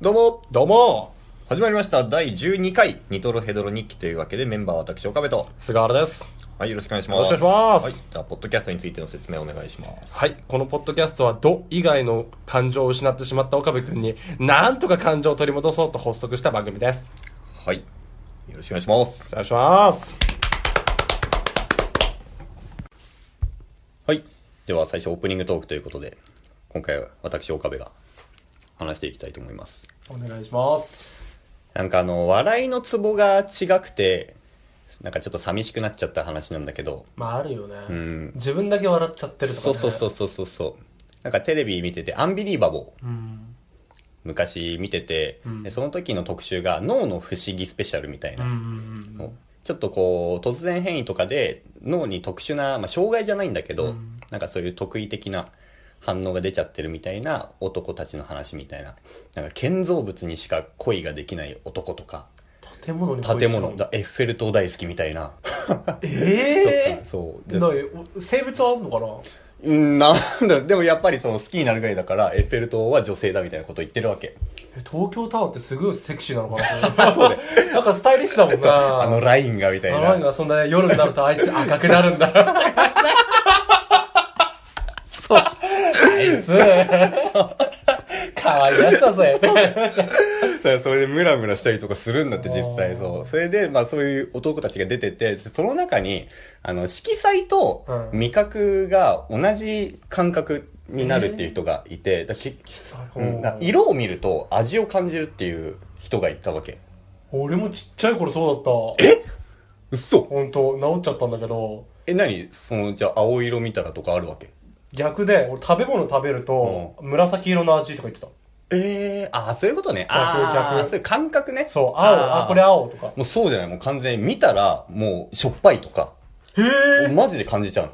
どうもどうも始まりました第12回ニトロヘドロ日記というわけでメンバーは私岡部と菅原ですはいよろしくお願いしますよろしくお願いしはますい、じゃあポッドキャストについての説明お願いしますはいこのポッドキャストは「ど」以外の感情を失ってしまった岡部君になんとか感情を取り戻そうと発足した番組ですはいよろしくお願いしますお願いしますはいでは最初オープニングトークということで今回は私岡部が話していきたいと思いますお願いしますなんかあの笑いのツボが違くてなんかちょっと寂しくなっちゃった話なんだけどまああるよね、ん自分だけ笑っちゃってるとか、そうね、そうそううそうそうそうなんかテレビ見ててアンビリーバボーうん昔見てて、うんでその時の特集が脳の不思議スペシャルみたいうんうな、んうんちょっとこう突然変異とかで脳に特殊な、まあ、障害じゃないんだけど、うんなんかそういう特異的な反応が出ちゃってるみたいな男たちの話みたいななんか建造物にしか恋ができない男とか建物に建物だエッフェル塔大好きみたいな、ええそうー、でなお生物はあんのかなうんなんだでもやっぱりその好きになるぐらいだからエッフェル塔は女性だみたいなこと言ってるわけえ東京タワーってすごいセクシーなのかな そうだよなんかスタイリッシュだもんなあのラインがみたいあなのがそんな夜になるとあいつ赤くなるんだ。そう。あいつ、可愛がったぜ。さそれでムラムラしたりとかするんだって実際あーそうそれでまあそういう男たちが出ててその中にあの色彩とうん味覚が同じ感覚になるっていう人がいて、だしうんだ色を見ると味を感じるっていう人がいたわけ俺もちっちゃい頃そうだった。え嘘ほんと、治っちゃったんだけど、え何そのじゃあ青色見たらとかあるわけ逆で、俺食べ物食べると、紫色の味とか言ってた。えー、あーそういうことね逆あー逆そういう感覚ねそう、青、あーあ、これ青とか。もうそうじゃないもう完全に見たらもうしょっぱいとかへマジで感じちゃうの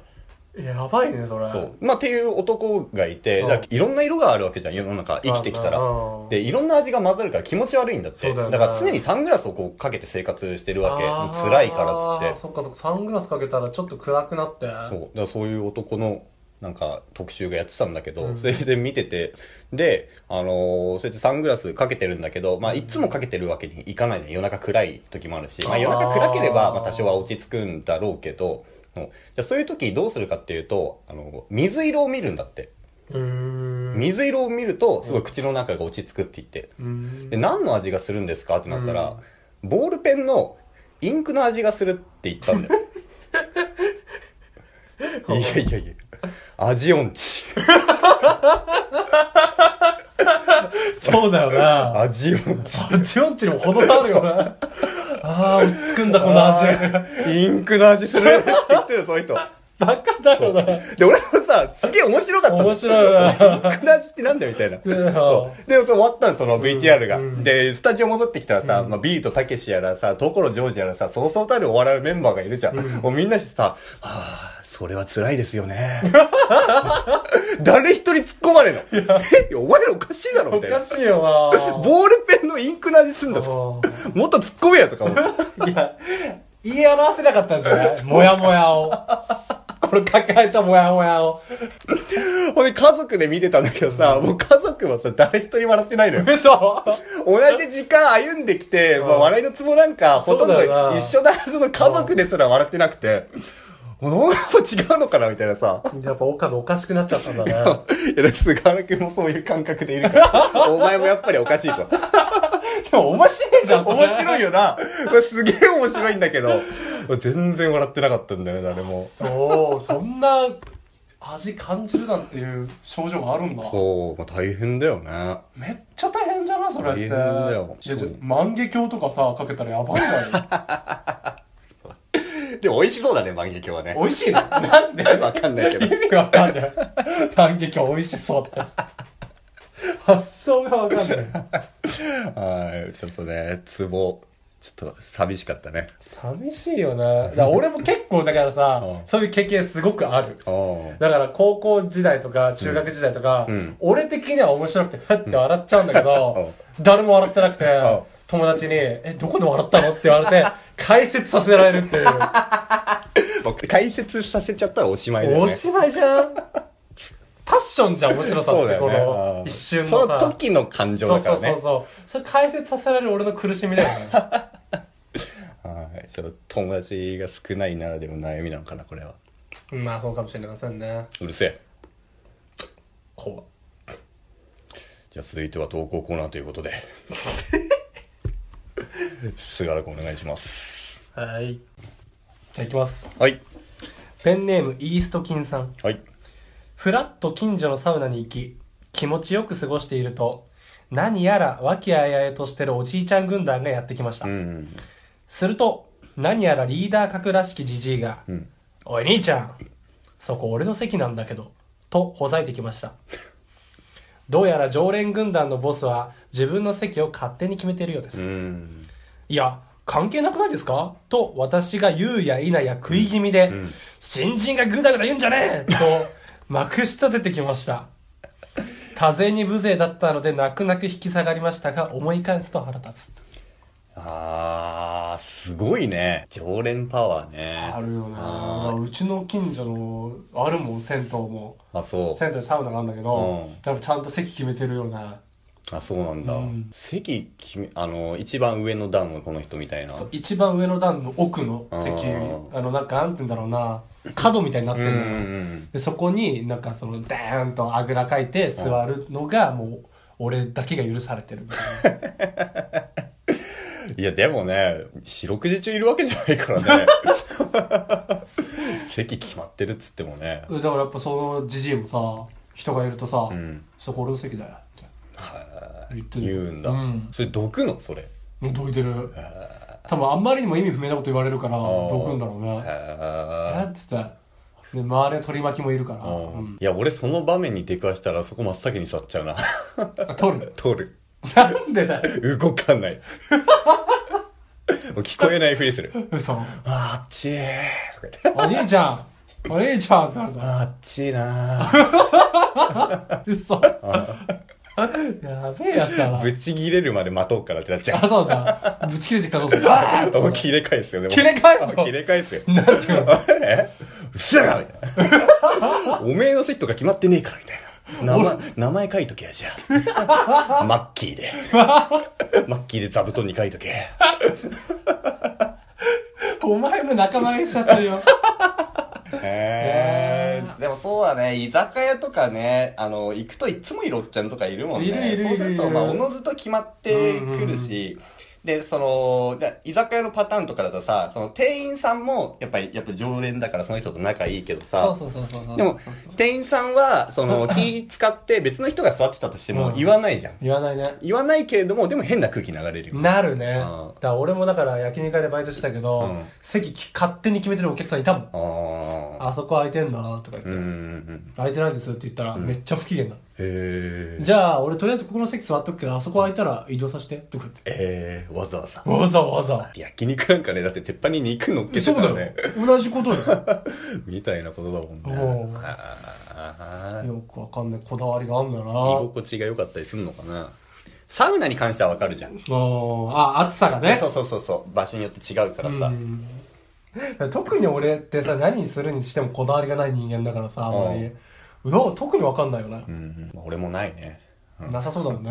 え。やばいね、それ。そう。まあ、っていう男がいて、うんだからいろんな色があるわけじゃん、世の中、生きてきたら。うんで、いろんな味が混ざるから気持ち悪いんだって。そうだよねから常にサングラスをこうかけて生活してるわけ。あー辛いからっつって。そっかそっか、サングラスかけたらちょっと暗くなって。そう。だからそういう男の、なんか特集がやってたんだけど、うんそれで見てて、で、あのーそうやってサングラスかけてるんだけど、まあ、いつもかけてるわけにいかないじゃん。夜中暗い時もあるし、まあ、あー夜中暗ければ、まあ、多少は落ち着くんだろうけど、そうじゃあそういう時どうするかっていうと、あの、水色を見るんだって。へー水色を見るとすごい口の中が落ち着くって言って、うんで何の味がするんですかってなったら、ボールペンのインクの味がするって言ったんだ よいやいやいや味音痴そうだよな。味音痴あっちんちにも程があるよな。ああ、落ち着くんだ、この味。インクの味するって言ってるその人バカだよな。で俺はさすげえ面白かったの面白いな。インクの味ってなんだよみたいなうんそうで、それ終わったの、その VTR が。うんで、スタジオ戻ってきたらさ、まあ、ビートたけしやらさ、所ジョージやらさ、そうそうたるお笑いメンバーがいるじゃん。もうみんなしてさ、はぁ、それは辛いですよね。 誰一人突っ込まれんの。え、いやお前らおかしいだろ、おみたいなか。しいよな。ボールペンのインクの味すんだぞ。もっと突っ込めやとか思う。いや、言い表せなかったんじゃないもやもやを。これ抱えたもやもやを。ほんで、家族で見てたんだけどさ、もう家族はさ、誰一人笑ってないのよ。嘘同じ時間歩んできて、まあ、うん笑いのツボなんかほとんどそうだよな一緒だはずの家族ですら笑ってなくて、もうやっぱ違うのかなみたいなさ。やっぱ岡部おかしくなっちゃったんだね。いや、菅原君もそういう感覚でいる から、お前もやっぱりおかしいと。でも面白いじゃん、それ面白いよな。これすげえ面白いんだけど、全然笑ってなかったんだよね、誰も。そう、そんな味感じるなんていう症状があるんだ。そう、まあ、大変だよね。めっちゃ大変じゃないそれっ大て変だよいやそう万華鏡とかさかけたらやばいわでも美味しそうだね、万華鏡はねよ。美味しいのなんで わかんないけど。意味がわかんない万華鏡美味しそうだよ発想がわかんないはい、ちょっとね、ツボ、ちょっと寂しかったね。寂しいよなだから俺も結構だからさ、 うんそういう経験すごくあるああ。だから高校時代とか中学時代とか、うんうん俺的には面白くてふって笑っちゃうんだけど、 う誰も笑ってなくて、ん友達に「えどこで笑ったの?」って言われて解説させられるっていうもう解説させちゃったらおしまいだよおね。しまいじゃんパッションじゃん、面白さっそうだて、こよねのうん一瞬のそさ。の時の感情だからそうねそうそうそう。それ解説させられる俺の苦しみだよ ね。はいちょっと友達が少ないならでも悩みなのかなこれはうんまあ、そうかもしれませんね。うるせえ怖っじゃあ続いては投稿コーナーということで菅原君お願いしますはい。じゃあ、いきます。はいペンネーム、イーストキンさん。はいふらっと近所のサウナに行き、気持ちよく過ごしていると、何やら和気あいあいとしてるおじいちゃん軍団がやってきました。うんすると、何やらリーダー格らしきじじいが、うんおい兄ちゃん、そこ俺の席なんだけど、とほざいてきました。どうやら常連軍団のボスは自分の席を勝手に決めているようです。うんいや、関係なくないですかと私が言うや否や食い気味で、ん新人がぐだぐだ言うんじゃね えと、まくし立ててきました。多勢に無勢だったので泣く泣く引き下がりましたが、思い返すと腹立つ。あーすごいね常連パワーねあるよあなうちの近所のあるもん銭湯もーあそう銭湯にサウナがあるんだけど、うん多分ちゃんと席決めてるようなあそうなんだ、うん席決めあの一番上の段のこの人みたいなそう一番上の段の奥の席うんあのなんかなんて言うんだろうな角みたいになってうんるうのんようんでそこになんかそのダーンとあぐらかいて座るのがもう俺だけが許されてるみたい ないやでもね四六時中いるわけじゃないから ね席決まってるっつってもねだからやっぱそのじじいもさ人がいるとさ、うんそこ俺の席だよってはい言ってる言うんだ、うんそれ毒のそれもうどいてる多分あんまりにも意味不明なこと言われるからーどくんだろうねえへっつってで周りは取り巻きもいるから、ーううんん、いや俺その場面に出くわしたらそこ真っ先に去っちゃうな 取る 取るなんでだよ動かないもう聞こえないふりする 嘘あーあっちーとか言ってお兄ちゃんお兄ちゃんって言われあーあっちーな ーた嘘やべえやつだなぶち切れるまで待とうからってなっちゃ あうそうだぶち切れて きたぞあ思いっきり切れ返すよね切れ返すの切れ返すよなんていうのえ うっせえなみたいな おめえの席とか決まってねえからみたいな名前名前書いとけやじゃあつ ってマッキーでマッキーで座布団に書いとけお前も仲間入りしちゃってるよへーでもそうはね居酒屋とかねあの行くといつもいるおっちゃんとかいるもんねいるいるいるいるそうするとまあおのずと決まってくるし、でそので居酒屋のパターンとかだとさその店員さんもやっぱりやっぱ常連だからその人と仲いいけどさそうそうそうそうそうでも店員さんはそ の気使って別の人が座ってたとしてもうん言わないじゃん言わないね言わないけれどもでも変な空気流れるよなるねだあーから俺もだから焼肉屋でバイトしてたけど、うん席き勝手に決めてるお客さんいたもんあああそこ空いてんだとか言って、うんうんうん空いてないですって言ったら、めっちゃ不機嫌なのへえじゃあ俺とりあえずここの席座っとくけどあそこ空いたら移動させてとか言ってえー、わざわざわざわざ焼肉なんかねだって鉄板に肉乗っけてそうたらだよね同じことだみたいなことだもんおねうあよーよくわかんないこだわりがあるんだな居心地が良かったりするのかなサウナに関してはわかるじゃんうんあ暑さがねそうそうそうそう場所によって違うからうさん特に俺ってさ何するにしてもこだわりがない人間だからさあんまりうわ特にわかんないよねう、んまあ俺もないね なさそうだもんね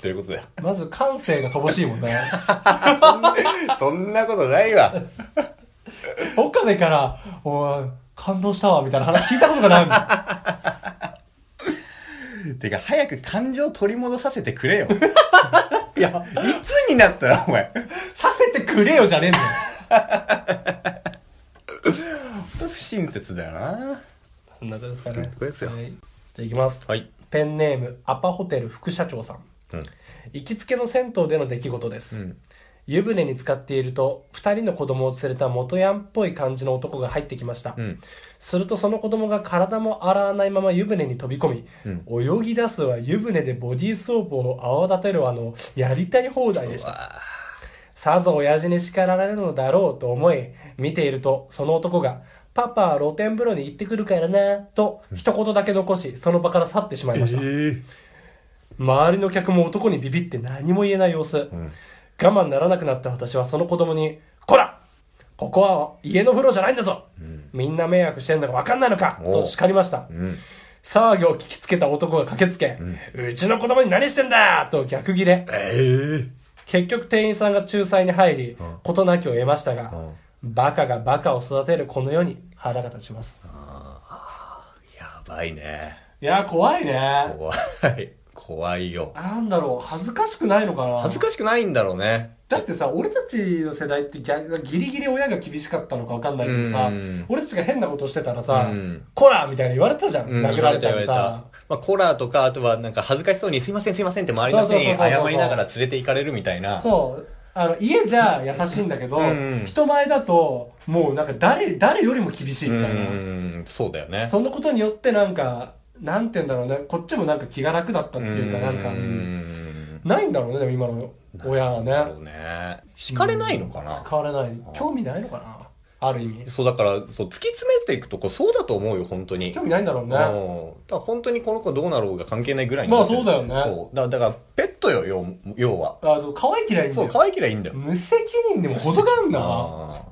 ということだよまず感性が乏しいもんねそんなことないわ。岡部から「おい感動したわ」みたいな話聞いたことがないもんてか、早く感情取り戻させてくれ よ。いいやつになったら、お前。させてくれよじゃねえんだよほんと不親切だよな。そんなことですかね。これですよはい、じゃあ行きます。はい。ペンネーム、アパホテル副社長さん。うん。行きつけの銭湯での出来事です。ん湯船に浸かっていると、二人の子供を連れた元ヤンっぽい感じの男が入ってきました。うん。するとその子供が体も洗わないまま湯船に飛び込み、泳ぎ出すは湯船でボディーソープを泡立てるあの、やりたい放題でした。さぞ親父に叱られるのだろうと思い、見ていると、その男が、パパは露天風呂に行ってくるからな、と、一言だけ残し、その場から去ってしまいました。周りの客も男にビビって何も言えない様子。我慢ならなくなった私はその子供に、こらここは家の風呂じゃないんだぞ、みんな迷惑してんのがわかんないのかおうと叱りました。うん。騒ぎを聞きつけた男が駆けつけ、うちの子供に何してんだと逆ギレ。え結局店員さんが仲裁に入り、事なきを得ましたが、バカがバカを育てるこの世に腹が立ちます。えやばいね。いや、怖いね。怖い。怖いよ。なんだろう、恥ずかしくないのかな恥ずかしくないんだろうね。だってさ、俺たちの世代ってギャギリギリ親が厳しかったのかわかんないけどさうん、俺たちが変なことしてたらさうん、こらみたいな言われたじゃん。うん殴られたり言われさた。まあ、コラとか、あとはなんか恥ずかしそうに、すいません、すいませんって周りの人にそうそうそうそうそう謝りながら連れて行かれるみたいな。そう。あの、家じゃ優しいんだけどうん、人前だと、もうなんか誰、誰よりも厳しいみたいな。ん、そうだよね。そのことによってなんか、なんて言うんだろうね、こっちもなんか気が楽だったっていうか、なんか、うん。ないんだろうね、でも今の親はだろね。うね。惹かれないのかな使われない。興味ないのかなある意味。そう、だから、そう、突き詰めていくとこ、そうだと思うよ、本当に。興味ないんだろううんねだ。から本当にこの子どうなろうが関係ないぐらいにまあそうだよねそうだだからペットよ要要はあの、可愛い嫌いんだそよう可。愛けりゃいいんだよ無責任でも程がああんーな。本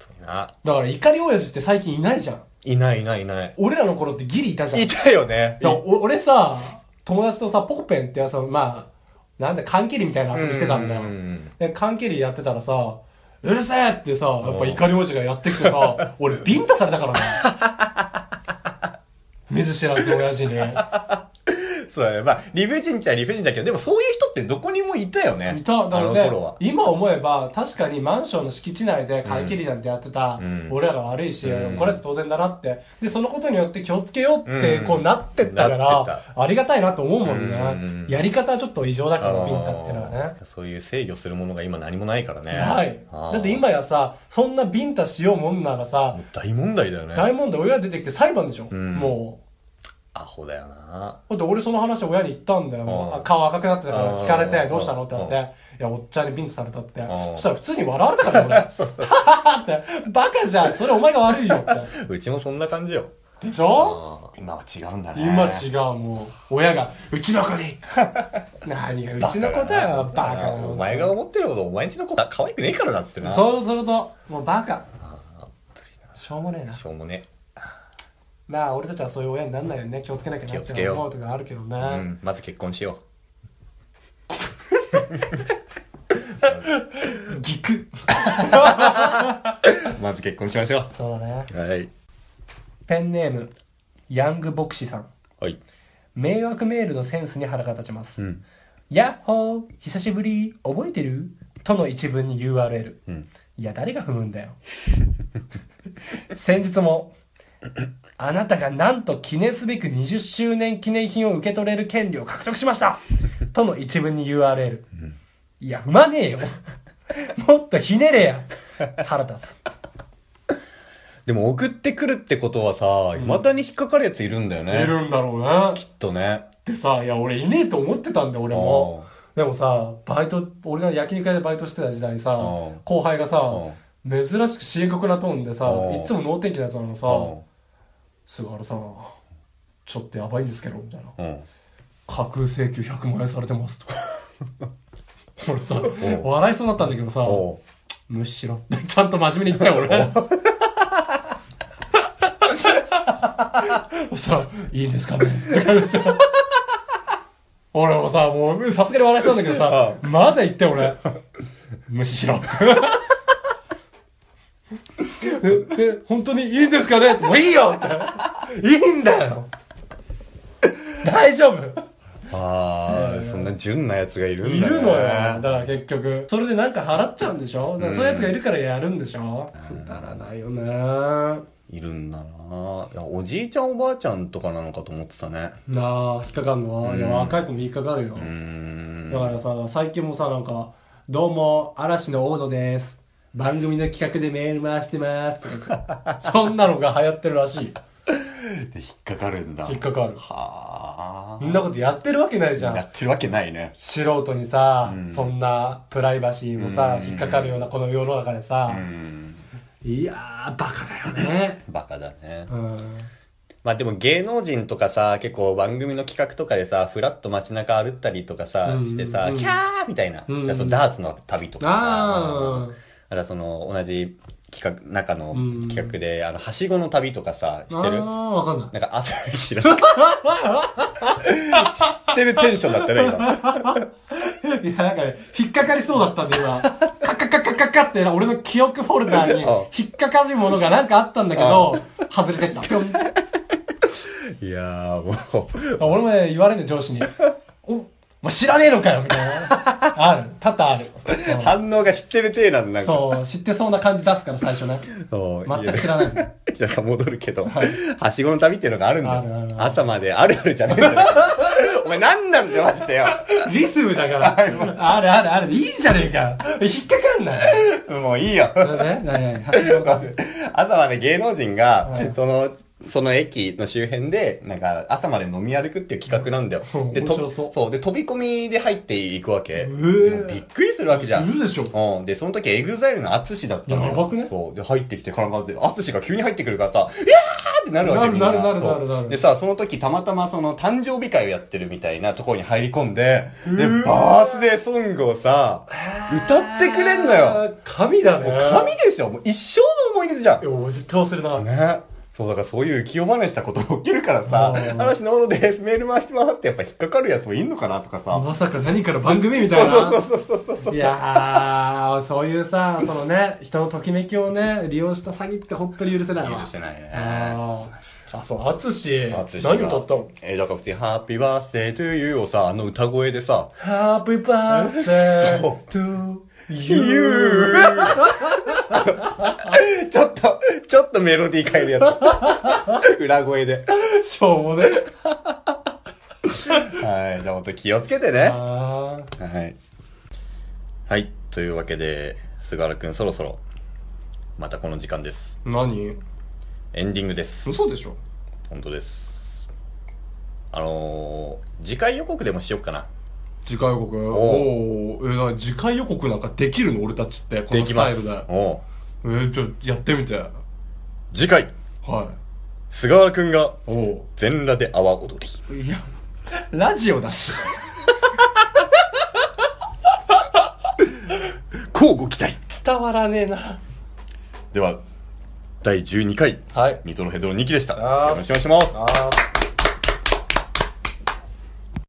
当になだから怒り親父って最近いないじゃん。いないいないいない俺らの頃ってギリいたじゃん。いたよねいやお俺さ、友達とさ、ポコペンってやつは、まあ、なんだ、缶切りみたいな遊びしてたんだよう。んで、缶切りやってたらさ、うるせえってさ、やっぱ怒り王子がやってきて さ、俺ビンタされたからね。 見ず知らずの親父に。そうだねまあ理不尽っちゃ理不尽だけどでもそういう人ってどこにもいたよねいた、だあのろうね頃は。今思えば、確かにマンションの敷地内で買い切りなんてやってたうん、俺らが悪いし、うんこれって当然だなって。で、そのことによって気をつけようって、うんこうなってったかなってら、ありがたいなと思うもんうんね。やり方はちょっと異常だから、あービンタってのはね。そういう制御するものが今何もないからねはい。あーだって今やさ、そんなビンタしようもんならさも、う大問題だよね大問題親出てきて裁判でしょ、んもアホだよなう。だって俺その話親に言ったんだよ。もううんあ顔赤くなってたから聞かれうて、んどうしたのってなって、いや、おっちゃんにビンタされたって。んそしたら普通に笑われたからね、俺。 はははって、バカじゃん、それお前が悪いよっ うちもそんな感じよて。でしょあー今は違うんだね今違う、もう。親が、うちの子に何がうちの子だよ、バカなお前が思ってるほどお前んちの子は可愛くねえからだっつってなそうすると、もうバカ。しょうもねえな。しょうもねまあ、俺たちはそういう親にならないようにね、気をつけなきゃなって思うとかあるけどね。うんまず結婚しよギク。う まず結婚しましょそうだね。うはいペンネーム、ヤングボクシさん。はい迷惑メールのセンスに腹が立ちます。うんヤッホー久しぶり覚えてるとの一文に URL。うんいや、誰が踏むんだよ。 先日も、あなたがなんと記念すべく20周年記念品を受け取れる権利を獲得しましたとの一文に URL。いや、踏まねえよ。 もっとひねれや。腹立つ。でも送ってくるってことはさ未だに引っかかるやついるんだよね、きっんだろうな。とねってさいや俺いねえと思ってたんだよ俺もでもさバイト俺が焼肉屋でバイトしてた時代さうん後輩がさうん珍しく深刻なトーンでさうんいつも能天気なやつなのさう菅原さんちょっとやばいんですけどみたいなんうん架空請求100万円されてますと 俺さ笑いそうになったんだけどさおうむしろ ってちゃんと真面目に 言ったよ俺 そしたら「いいんですかね」って感じで 俺もさもうさすがに笑いそうなんだけどさまだ言って俺無視し ろでで本当にいいんですかねもういいよっていいんだよ大丈夫ああ、そんな純なやつがいるんだ、ね、いるのよだから結局それでなんか払っちゃうんでしょだからそういうやつがいるからやるんでしょくだらないよねいるんだないやおじいちゃんおばあちゃんとかなのかと思ってたねなあ引っかかるのは、いや若い子も引っかかるよ、うーんだからさ最近もさなんか「どうも嵐の大野です番組の企画でメール回してます」 そんなのが流行ってるらしでい引っかかるんだ引っかかるはそんなことやってるわけないじゃあやんってるわけないね素人にさ、そんなプライバシーもさ、うん引っかかるようなこの世の中でさう、んいやーバカだよ ねバカだねうんまあでも芸能人とかさ結構番組の企画とかでさフラッと街中歩ったりとかさうんしてさ、うんキャーみたいな、うんだからそのダーツの旅とかさあーあとはその同じ企画、中のうん企画で、あの、はしごの旅とかさ、知ってるああ、わかんない。 なんか朝、知らない。知ってるテンションだったね、今。いや、なんかね、引っかかりそうだったんで、今。カッカッカッカッカッカって、俺の記憶フォルダーにうん引っかかるものがなんかあったんだけど、外れてった。いやー、もう、俺もね、言われるの、上司に。お、お前知らねえのかよみたいな。ある。多々ある。うん反応が知ってる体なんだ、なんか。そう、知ってそうな感じ出すから、最初ね。そう全く知らないや。 だから戻るけど、はしごの旅っていうのがあるんだあるあるあるよ。朝まであるあるじゃねえんだよ。 お前何なんだよ、マジでよ。リズムだから。あるあるある。いいじゃねえか。引っかか んない。もういいよ。ね、なになに走り回って朝まで芸能人がはい、その、その駅の周辺で、なんか、朝まで飲み歩くっていう企画なんだようん。で、面と白そうそう。で、飛び込みで入っていくわけ。ーでもびっくりするわけじゃん。いるでしょうん。で、その時、エグザイルのアツシだったのよ。やばくねそう。で、入ってきて絡まって、アツシが急に入ってくるからさ、いやーってなるわけなるみんなるなるなるそうでさ、その時、たまたまその、誕生日会をやってるみたいなところに入り込んで、で、バースデーソングをさ、歌ってくれんのよ。。神だね。もう神でしょもう一生の思い出じゃんいや、俺絶対忘れない。ねそうだからそういう浮世離れしたことが起きるからさう「ん話のものですメール回してます」ってやっぱ引っかかるやつもいんのかなとかさ、まさか何から番組みたいな。そうそうそうそういやー、そういうさ、そのね、人のときめきをね、利用した詐欺って本当に許せないわ。許せないねあーあ、そう、淳。淳が何歌ったのえーだから普通に「ハッピーバースデートゥーユー」をさあの歌声でさ ?Happy birthday そう to 「ユ you. ー」 ちょっとちょっとメロディー変えるやつ 裏声でしょうもね。はいじゃあほんと気をつけてねあーはい。はい。というわけで、菅原くんそろそろ、またこの時間です。何エンディングです。嘘でしょ本当です。あのー、次回予告でもしよっかな。次回予告。おおーえーな次回予告なんかできるの俺たちって、こでのきスまタイすルで。え。おうー、ちょ、やってみて。はい。次回、菅原くんがおお。全裸で阿波踊り。いや、ラジオだし。交互期待 伝わらねえな。では、第12回、はい。ニトロヘドロ2期でした。よあーろしくお願いします。あー